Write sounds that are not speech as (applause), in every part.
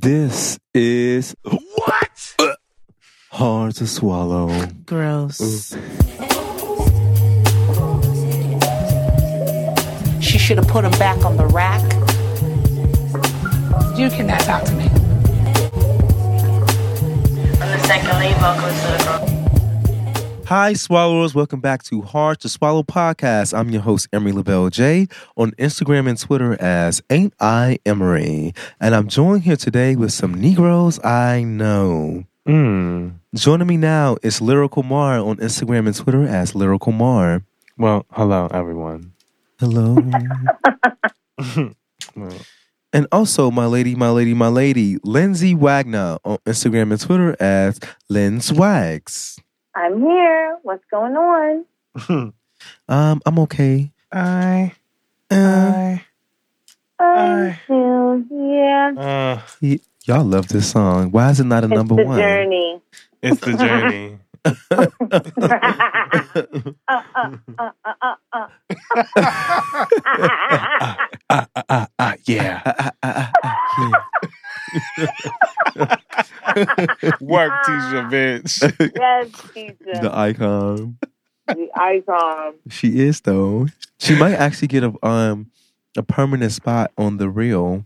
This is What? hard to swallow. Gross. She should have put him back on the rack. You cannot talk to me. I'm the second lead vocalist of the group. Hi, swallowers. Welcome back to Hard to Swallow podcast. I'm your host, Emery LaBelle J, on Instagram and Twitter as Ain't I Emery. And I'm joined here today with some Negroes I know. Mm. Joining me now is Lyrical Mar on Instagram and Twitter as Lyrical Mar. Well, hello everyone. (laughs) Hello. Well, and also my lady, my lady, my lady, Lindsay Wagner on Instagram and Twitter as Lens Wags. I'm here. What's going on? Um, I'm okay. I, Uh, I, I'm Hi. still here. uh, y- y'all love this song. Why is it not a number it's the one? (laughs) journey. (laughs) it's the journey. (laughs) uh, uh, uh, uh, uh, (laughs) uh. Ah, ah, ah, ah, (laughs) yeah. ah, Work, Tisha, bitch. (laughs) yes, teacher. the icon. The icon. She is though. She might actually get a um a permanent spot on the reel.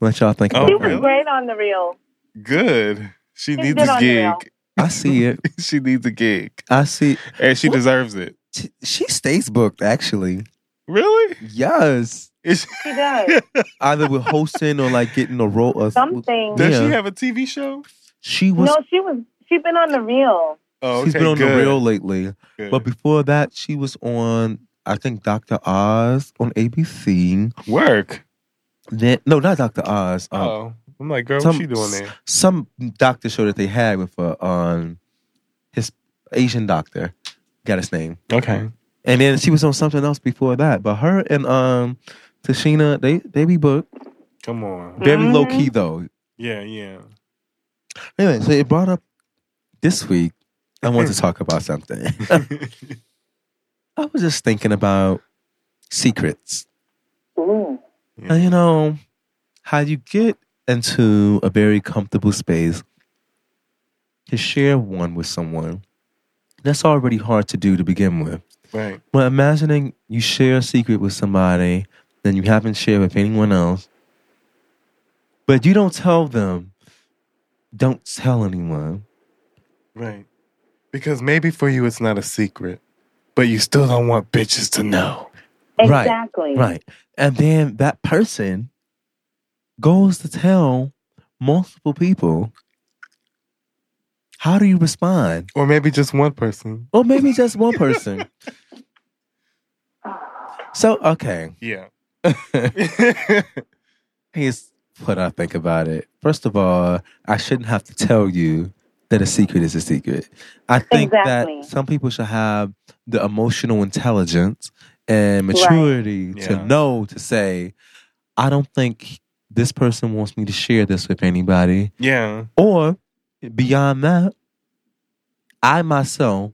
What y'all think Oh, about She that? was really? great on the reel. Good. She She's needs good a on the rail. gig. (laughs) I see it. She needs a gig, I see. and she deserves it. She, she stays booked actually. Really? Yes. Is She does. Either with hosting or like getting a role or Something. does Yeah. she have a TV show? She was. No, she was. She's been on the reel. Oh, she's been on the good, reel lately, good. but before that, she was on. I think Dr. Oz on ABC. work. Then no, not Dr. Oz. Uh, Oh, I'm like, girl, some- what she doing there? some doctor show that they had with uh, on his Asian doctor got his name, Okay. and then she was on something else before that. But her and um Tashina, they they be booked Come on. very Mhm. low key though. (laughs) Yeah, yeah. (laughs) Anyway, so it brought up this week. I want Mm. to talk about something. (laughs) I was just thinking about secrets. Ooh. Uh, you know how you get into a very comfortable space to share one with someone that's already hard to do to begin with right. well imagining you share a secret with somebody that you haven't shared with anyone else but you don't tell them don't tell anyone Right. Because maybe for you it's not a secret, but you still don't want bitches to know. Right, Exactly. right and then that person goes to tell multiple people how do you respond Or maybe just one person. Or maybe just one person. so, okay. (laughs) Yeah. Here's what I think about it. First of all, I shouldn't have to tell you that a secret is a secret. I think Exactly. that some people should have the emotional intelligence and maturity Yeah. to know to say, I don't think this person wants me to share this with anybody. yeah. Or beyond that, I myself,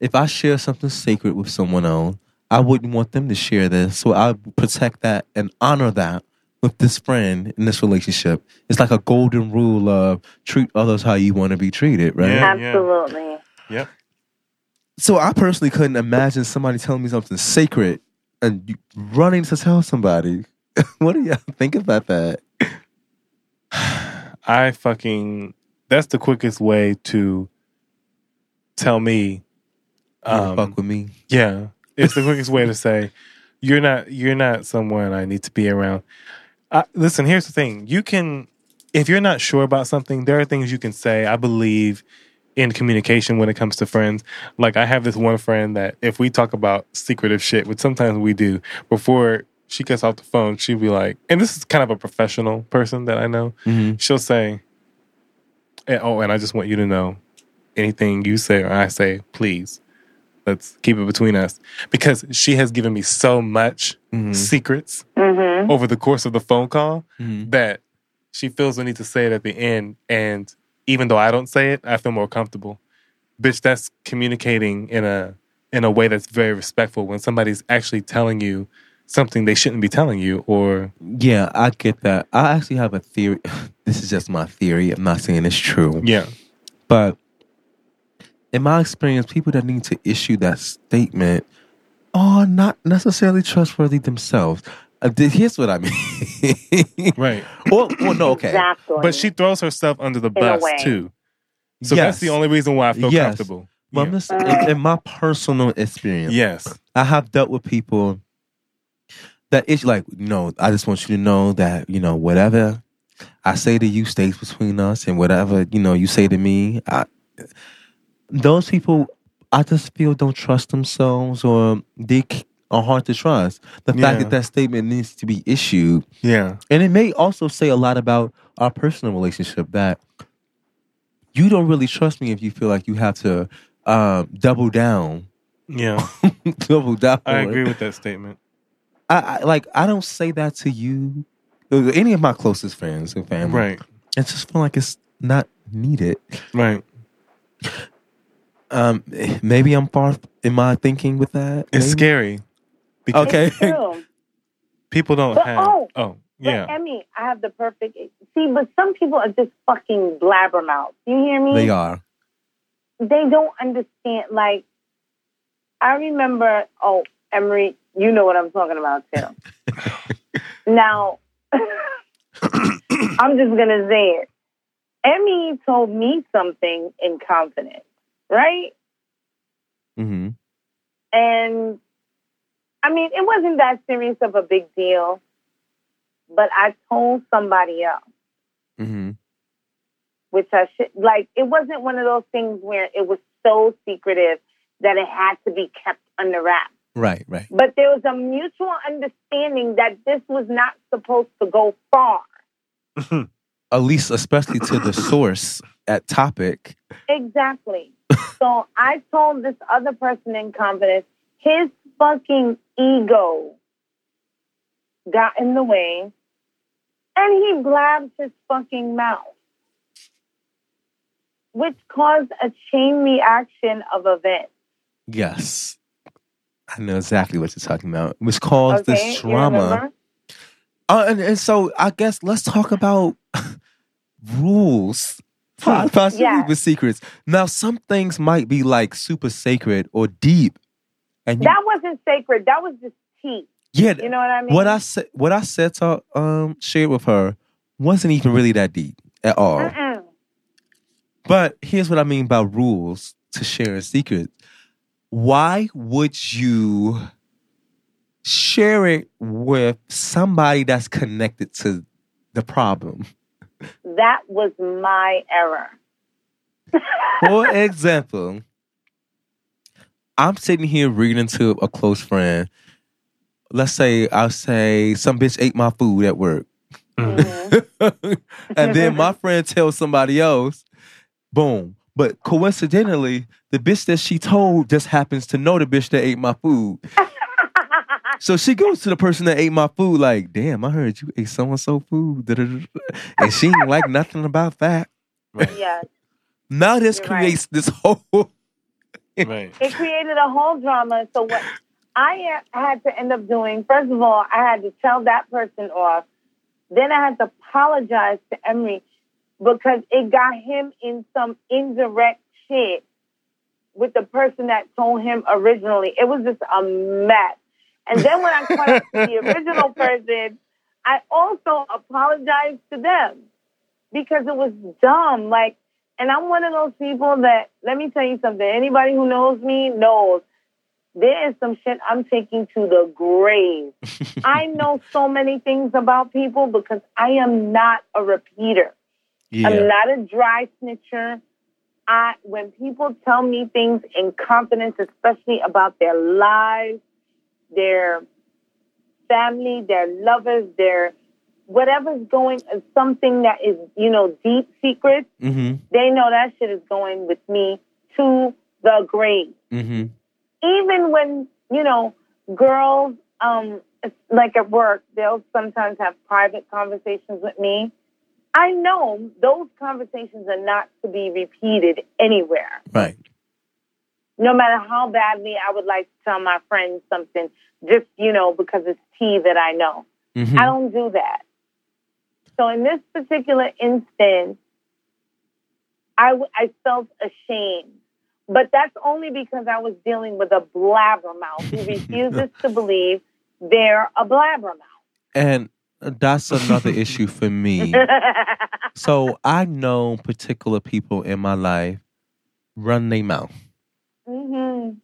if I share something sacred with someone else, I wouldn't want them to share this. So I protect that and honor that with this friend in this relationship. It's like a golden rule of treat others how you want to be treated, right? Yeah, yeah. Absolutely. Yep. So I personally couldn't imagine somebody telling me something sacred and you running to tell somebody. (laughs) what do y'all think about that? I fucking that's the quickest way to tell me You don't um, fuck with me. Yeah. It's the quickest way to say you're not you're not someone I need to be around. I, listen, here's the thing. You can if you're not sure about something, there are things you can say. I believe in communication when it comes to friends. Like I have this one friend that if we talk about secretive shit, which sometimes we do, before she gets off the phone, she'll be like, and this is kind of a professional person that I know she'll say, eh, "Oh, and I just want you to know, anything you say or I say, please, let's keep it between us," because she has given me so much Mhm. secrets Mm-hmm. over the course of the phone call Mhm. that she feels the need to say it at the end. And even though I don't say it, I feel more comfortable. Bitch, that's communicating in a in a way that's very respectful when somebody's actually telling you something they shouldn't be telling you or Yeah, I get that. I actually have a theory. (laughs) This is just my theory. I'm not saying it's true. Yeah. But in my experience, people that need to issue that statement are not necessarily trustworthy themselves. Uh, th- here's what I mean. (laughs) Right. well, well, no, okay. Exactly. But she throws herself under the a bus way. too. So Yes. that's the only reason why I feel Yes. comfortable. Well, I'm Yeah. just- in, in my personal experience, Yes. I have dealt with people that it's like, you know, I just want you to know that, you know, whatever I say to you stays between us and whatever, you know, you say to me, I, those people, I just feel don't trust themselves or they c- are hard to trust. The Yeah. fact that that statement needs to be issued. Yeah. And it may also say a lot about our personal relationship that you don't really trust me if you feel like you have to um, double down. (laughs) Yeah. double down. I agree with that statement. I, I like I don't say that to you, or any of my closest friends and family. Right. I just feel like it's not needed. Right. Um, maybe I'm far in my thinking with that. It's maybe. scary. Because Okay. It's true. people don't But- have oh. Oh, But yeah. Emmy, I have the perfect. See, but some people are just fucking blabbermouth. You hear me? They are. They don't understand. Like, I remember. Oh, Emery, you know what I'm talking about (laughs) too. (coughs) now, I'm just gonna say it. Emmy told me something in confidence, right? hmm Mm-hmm. And I mean, it wasn't that serious of a big deal, but I told somebody else. Mm-hmm. hmm which I should like. It wasn't one of those things where it was so secretive that it had to be kept under wraps. Right. Right. But there was a mutual understanding that this was not supposed to go far. At least, especially to the source at topic. Exactly. so I told this other person in confidence, his fucking ego got in the way, and he blabbed his fucking mouth. Which caused a chain reaction of events. Yes. I know exactly what you're talking about. It was caused this you trauma. remember? Uh, and, and so I guess let's talk about (laughs) rules. (laughs) Hmm. Possibly Yes. with secrets. Now, some things might be like super sacred or deep, and you, That wasn't sacred. That was just tea. yeah, You know what I mean? what I said, what I said to um shared with her wasn't even really that deep at all. Mm-mm. But here's what I mean by rules to share a secret. Why would you share it with somebody that's connected to the problem? That was my error. For example, I'm sitting here reading to a close friend. Let's say I'll say some bitch ate my food at (laughs) work. Mm-hmm. (laughs) Mhm. and then my friend tells somebody else, boom. But coincidentally, the bitch that she told just happens to know the bitch that ate my (laughs) food. So she goes to the person that ate my food, like, damn, I heard you ate so and so food. da-da-da-da." And she ain't like nothing about that. yes. Now this You're right. creates this whole Right. It created a whole drama. So what I uh, had to end up doing, first of all, I had to tell that person off. Then I had to apologize to Emery because it got him in some indirect shit with the person that told him originally. It was just a mess. And then when I caught up to the original person, I also apologized to them because it was dumb. Like, and I'm one of those people that, let me tell you something, anybody who knows me knows there is some shit I'm taking to the grave. I know so many things about people because I am not a repeater. I'm not a dry snitcher. I when people tell me things in confidence, especially about their lives, their family, their lovers, their whatever's going something that is, you know, deep secrets, Mm-hmm. they know that shit is going with me to the grave Mm-hmm. even when you know girls um like at work they'll sometimes have private conversations with me i know those conversations are not to be repeated anywhere Right. no matter how badly i would like to tell my friends something just you know because it's tea that i know Mm-hmm. i don't do that So in this particular instance, I, w- I felt ashamed. But that's only because I was dealing with a blabbermouth (laughs) who refuses to believe they're a blabbermouth. And that's another issue for me. So I know particular people in my life run their mouth. (laughs) (laughs) hmm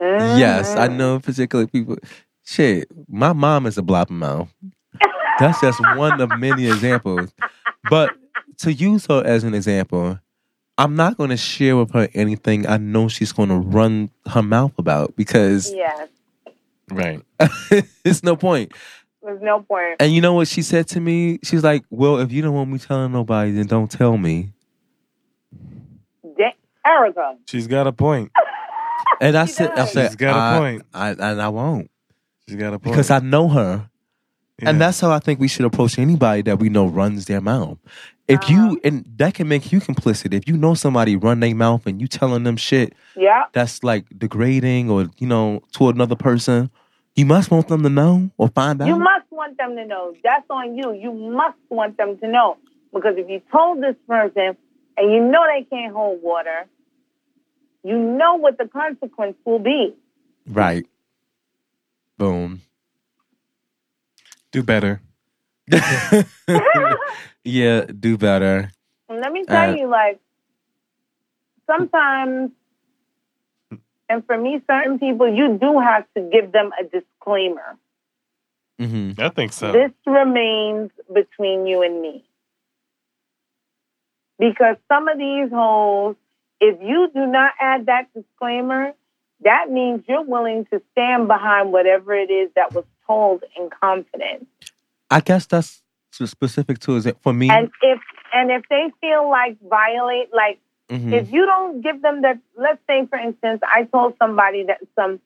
yes, I know particular people. Shit, my mom is a blabbermouth. That's just one of many examples. But to use her as an example, I'm not going to share with her anything I know she's going to run her mouth about because (laughs) Yes, Right. it's no point. there's no point. And you know what she said to me? She's like, "Well, if you don't want me telling nobody, then don't tell me." Da- Erica, She's got a point. And I She said, "I does. said, She's got a I- point. I, and I won't She's got a point. because I know her." Yeah. And that's how I think we should approach anybody that we know runs their mouth. If Uh-huh. you and that can make you complicit. If you know somebody run their mouth and you telling them shit yeah, that's like degrading or you know to another person, you must want them to know or find out. you must want them to know. That's on you. You must want them to know because if you told this person and you know they can't hold water, you know what the consequence will be. right. Boom. (laughs) Do better. yeah, do better. And let me tell Uh, you, like, sometimes, and for me, certain people, you do have to give them a disclaimer. hmm I think so. This remains between you and me. Because some of these holes, if you do not add that disclaimer, that means you're willing to stand behind whatever it is that was told in confidence. I guess that's s- specific to is it for me. And if and if they feel like violate like Mhm. If you don't give them that, let's say for instance, I told somebody that some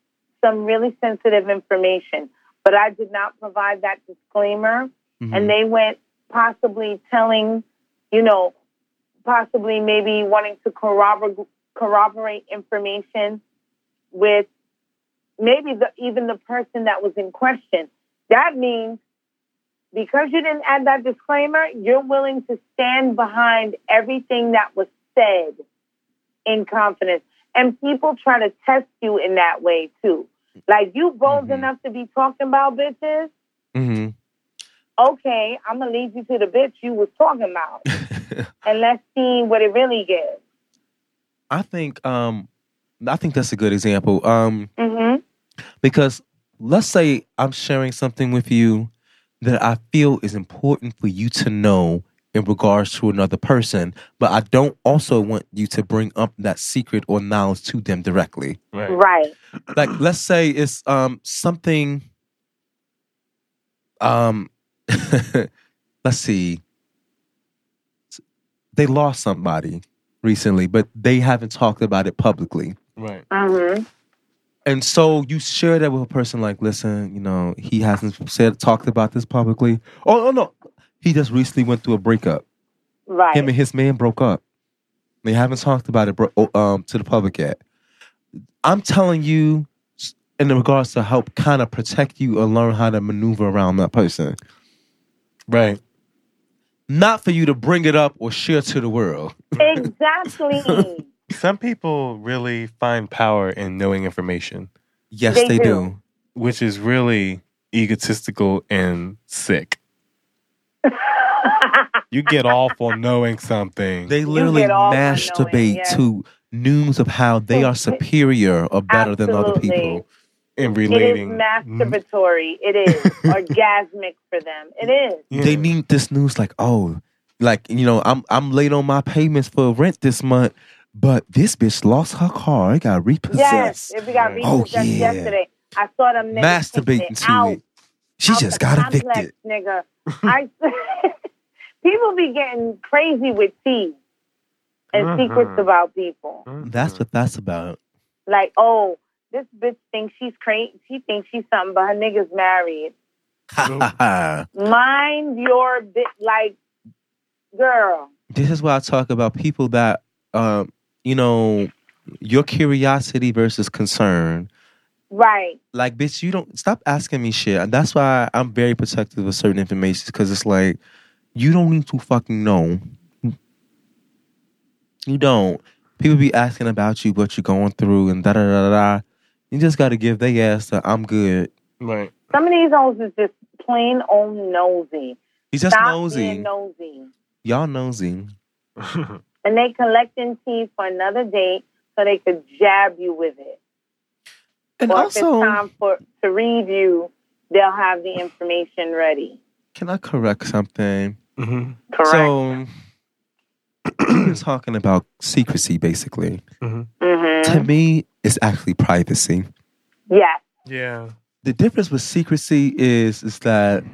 some really sensitive information, but I did not provide that disclaimer, Mhm. and they went possibly telling, you know, possibly maybe wanting to corroborate corroborate information with maybe the even the person that was in question. That means because you didn't add that disclaimer, you're willing to stand behind everything that was said in confidence. And people try to test you in that way too. Like you bold Mhm. enough to be talking about bitches. Mhm. Okay, I'm gonna lead you to the bitch you was talking (laughs) about, and let's see what it really is. I think um I think that's a good example. Um Mm-hmm. Because let's say I'm sharing something with you that I feel is important for you to know in regards to another person, but I don't also want you to bring up that secret or knowledge to them directly. right. Right. Like let's say it's um something um (laughs) let's see they lost somebody recently, but they haven't talked about it publicly. Right. Mm-hmm. And so you share that with a person like, listen, you know, he hasn't said talked about this publicly. Oh, oh no. He just recently went through a breakup. Right. Him and his man broke up. They haven't talked about it bro- oh, um, to the public yet. I'm telling you, s- in regards to help kind of protect you or learn how to maneuver around that person, Right. not for you to bring it up or share to the world. exactly. Some people really find power in knowing information, Yes, They they, do. do. which is really egotistical and sick. You get off on knowing something. They You literally get all unknowing, masturbate yes. to news of how they are superior or (laughs) better than other Absolutely. people. Mm-hmm. and it is relating. masturbatory. (laughs) It is orgasmic for them. It is. Yeah. they need this news like oh like you know i'm i'm late on my payments for rent this month but this bitch lost her car it got Yes, repossessed if we got Right. Oh, repossessed yeah. yesterday, I saw them niggas taking masturbating it to out, it she out just the got complex, evicted (laughs) nigga. I (laughs) people be getting crazy with tea and Mhm. secrets about people. that's what that's about Like, oh, this bitch thinks she's crazy. She thinks she's something, but her niggas married. Mind your bit, like, girl. (laughs) this is why i talk about people that um you know your curiosity versus concern Right. Like, bitch, you don't stop asking me shit. And that's why I'm very protective of certain information because it's like, you don't need to fucking know. You don't. People be asking about you, what you're going through, and da da da da. da. You just got to give they ass the I'm good. Right. (laughs) Some of these hoes is just plain old nosy. He's just Stop nosy. being nosy. Y'all nosy. And they collecting teeth for another date so they could jab you with it. And or if also, it's time for to read you, they'll have the information ready. can I correct something? hmm Correct. So, you're talking about secrecy, basically. mm-hmm. To me, it's actually privacy. Yes. Yeah. The difference with secrecy is is that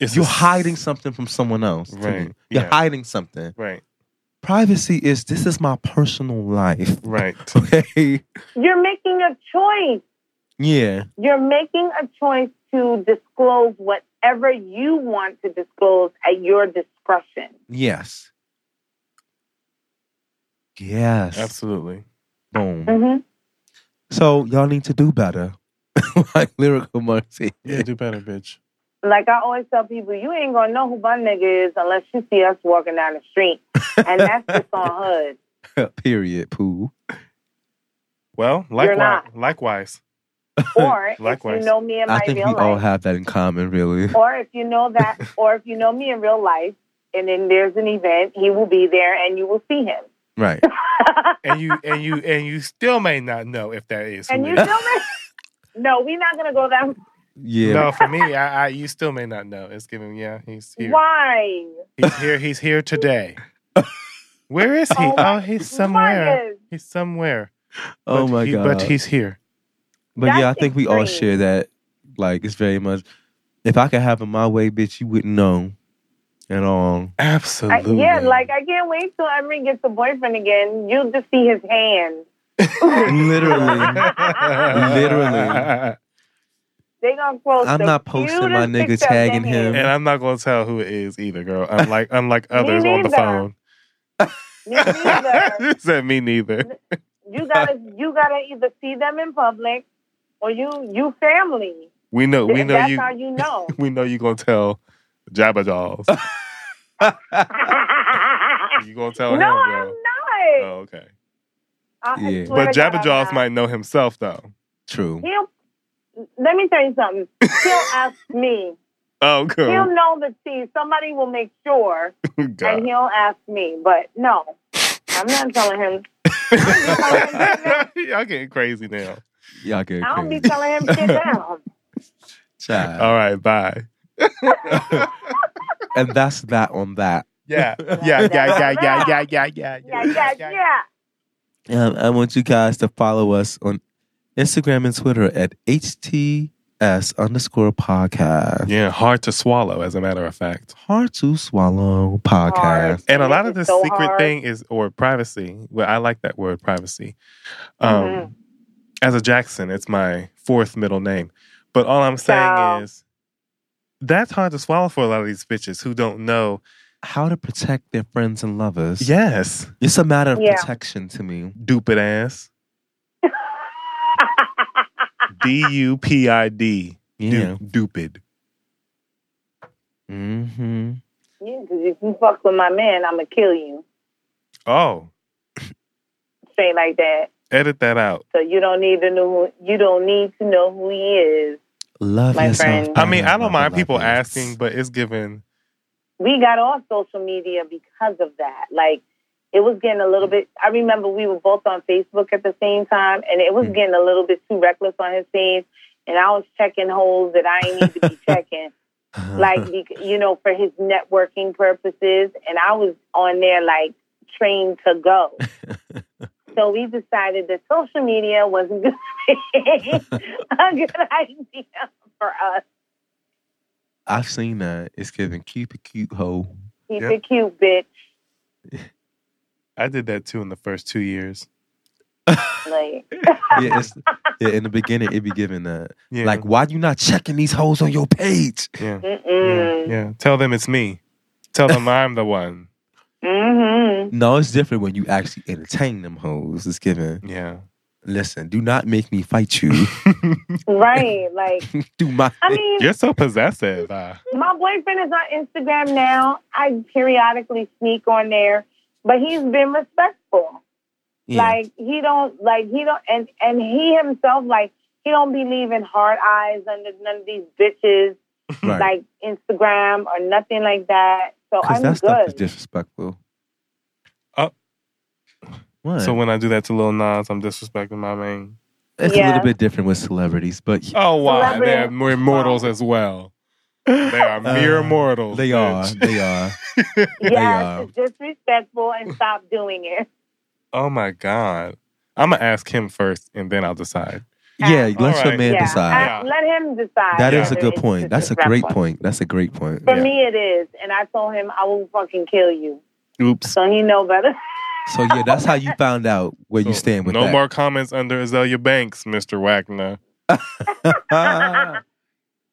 It's you're a- hiding something from someone else. to me. Right, You're yeah. hiding something. Right. Privacy is this is my personal life. (laughs) Right. Okay. You're making a choice. yeah. You're making a choice to disclose whatever you want to disclose at your discretion. Yes. Yes. Absolutely. Boom. Mm-hmm. So y'all need to do better. (laughs) like lyrical Marty. Yeah, do better, bitch. Like I always tell people, you ain't gonna know who my nigga is unless you see us walking down the street, and that's (laughs) just on hood. Period. Poo. Well, You're likewise. not. Likewise. Or if you Likewise. know me in my I think we real all life, have that in common, really. (laughs) (laughs) or if you know that, or if you know me in real life, and then there's an event, he will be there and you will see him. Right. And you and you and you still may not know if that is. who And you it is. still may- (laughs) no, we're not gonna go that. Yeah. No, for me, I, I you still may not know. It's giving. Yeah, he's here. Why? He's here. He's here (laughs) today. Where is he? Oh, Oh, my he's somewhere. Why is- He's somewhere. Oh But my he- god. But he's here. But That's yeah, I think we all extreme. share that. Like it's very much. If I could have it my way, bitch, you wouldn't know at (laughs) all. I, Absolutely. yeah, like I can't wait till Emery gets a boyfriend again. You'll just see his hand. Literally, Literally. They gonna post. I'm the not posting my cutest nigga picture of tagging their him. hand. (laughs) And I'm not going to tell who it is either, girl. Unlike unlike others on the neither. phone. Me (laughs) (laughs) neither. Said me neither. you gotta, you gotta either see them in public, or you, you family. We know. We Th- know That's you. (laughs) how you (laughs) know. We know you gonna tell Jabba (laughs) Dolls. you gonna no, tell I'm him, not. girl. Oh, okay. I- I Yeah. swear But to God, Jabba I'm Jaws not. might know himself though. (laughs) True. He'll. Let me tell you something. (laughs) He'll ask me. Oh, He'll (laughs) cool. know the tea. Somebody will make sure, God. and he'll ask me. But no, I'm not telling (laughs) him. I Y'all getting crazy now. Y'all get don't be crazy. telling him (laughs) shit down. (laughs) Child. All right, bye. and that's that on that. Yeah, (laughs) yeah, yeah, yeah, yeah, yeah, yeah, yeah, Yeah, yeah, yeah. Um, I want you guys to follow us on Instagram and Twitter at HTS underscore podcast. Yeah, hard to swallow, as a matter of fact. Hard to swallow podcast. And a This lot of is this so secret hard. thing is, or privacy. Well, I like that word, privacy. Um, Mhm. As a Jackson, it's my fourth middle name. But all I'm saying Wow. is, that's hard to swallow for a lot of these bitches who don't know. How to protect their friends and lovers. Yes, It's a matter of Yeah. protection to me. (laughs) dupid ass. D U P I D. Yeah. Dupid. Mm-hmm. Yeah, because if (laughs) you fuck with my man, I'm gonna kill you Oh, straight like that. edit that out. So you don't need to know. You don't need to know who he is. Love My yourself. friend. I mean, I love don't mind it, people love it. asking, but it's given. we got off social media because of that. Like it was getting a little bit. I remember we were both on Facebook at the same time, and it Hmm. was Mm. getting a little bit too reckless on his page. And I was checking holes that I ain't need to be (laughs) checking, Uh-huh. like bec- you know, for his networking purposes. And I was on there like trained to go. so we decided that social media wasn't gonna (laughs) be a good idea for us. I've seen that. It's giving cute, cute hoe. He's Yep. a cute bitch. I did that too in the first two years. Like Yeah, (laughs) it's, yeah, in the beginning, it be giving that. Yeah. Like, why you not checking these hoes on your page? yeah. Yeah, mm yeah. Tell them it's me. Tell them I'm the one. Mm-hmm. No, it's different when you actually entertain them hoes. It's giving. Yeah. Listen, do not make me fight (laughs) you. right? Like, do my I mean, You're so possessive. Uh, my boyfriend is on Instagram now. I periodically sneak on there, but he's been respectful. Yeah. Like he don't like he don't and and he himself like he don't believe in hard eyes under none of these bitches (laughs) Right. like Instagram or nothing like that. So Because I'm that stuff is good. disrespectful. Oh. What? so when I do that to Lil Nas, I'm disrespecting my man. it's a Yeah. little bit different with celebrities, but Oh, wow. Celebrity. They're mere mortals as well. They (laughs) are mere Uh, mortals. they are. bitch. They (laughs) are. Yes, are. it's disrespectful and stop doing it. Oh, my God. I'm going to ask him first and then I'll decide. (laughs) Yeah, let Alright. your man yeah, decide. I- let him decide. That is Yeah. a good It's point. That's a great disrespectful. point. That's a great point. For Yeah. me, it is, and I told him I will fucking kill you. Oops. So he know better. (laughs) So yeah, that's how you found out where you So, stand with no that. more comments under Azalea Banks, Mr. (laughs) Wagner. (laughs) Ah,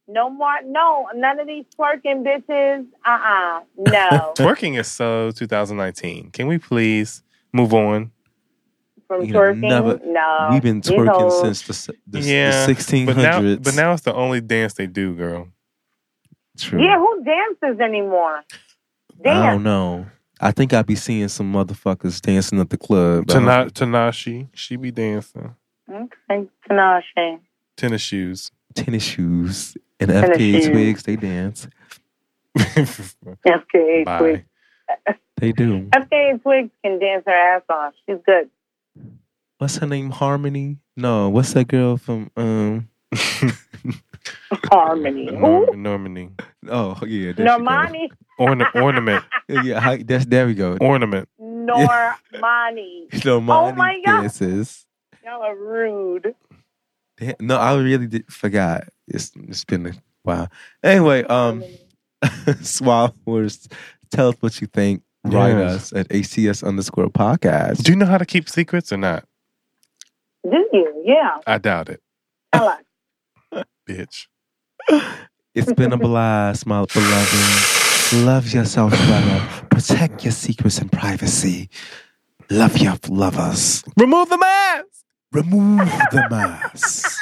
No more. No, none of these twerking bitches. Uh uh (laughs) No. Twerking is so 2019. Can we please move on? From You know, twerking? never- no. We've been These hoes- twerking since the, the, Yeah, the 1600s. But now, but now it's the only dance they do, girl. True. Yeah, who dances anymore? I don't Damn. know. I think I'd be seeing some motherfuckers dancing at the club. but I don't- Tana- Tanashi, she be dancing. Okay, Tinashe. Tennis shoes. (laughs) Tennis shoes and Tennis FKA shoes. twigs, they dance. FKA Twigs. Bye. They (laughs) do. FKA Twigs can dance her ass off. She's good. What's her name? Harmony? No, what's that girl from um Harmony. Ooh, Norm- Normandy. Oh yeah, there she go. Normani. Orna- ornament. Yeah, hi- that's there we go. Ornament. Normani. (laughs) Normani Oh my God. dances. Y'all are rude. Da- No, I really did, forgot. It's it's been a while. Anyway, um, (laughs) Swallowers, tell us what you think. Write us Yes. at ACS underscore podcast. Do you know how to keep secrets or not? Do you? Yeah. I doubt it, Tell us. bitch. It's been a blast, my beloved. Love yourself, brother. Protect your secrets and privacy. Love your lovers. Remove the mask. Remove the mask.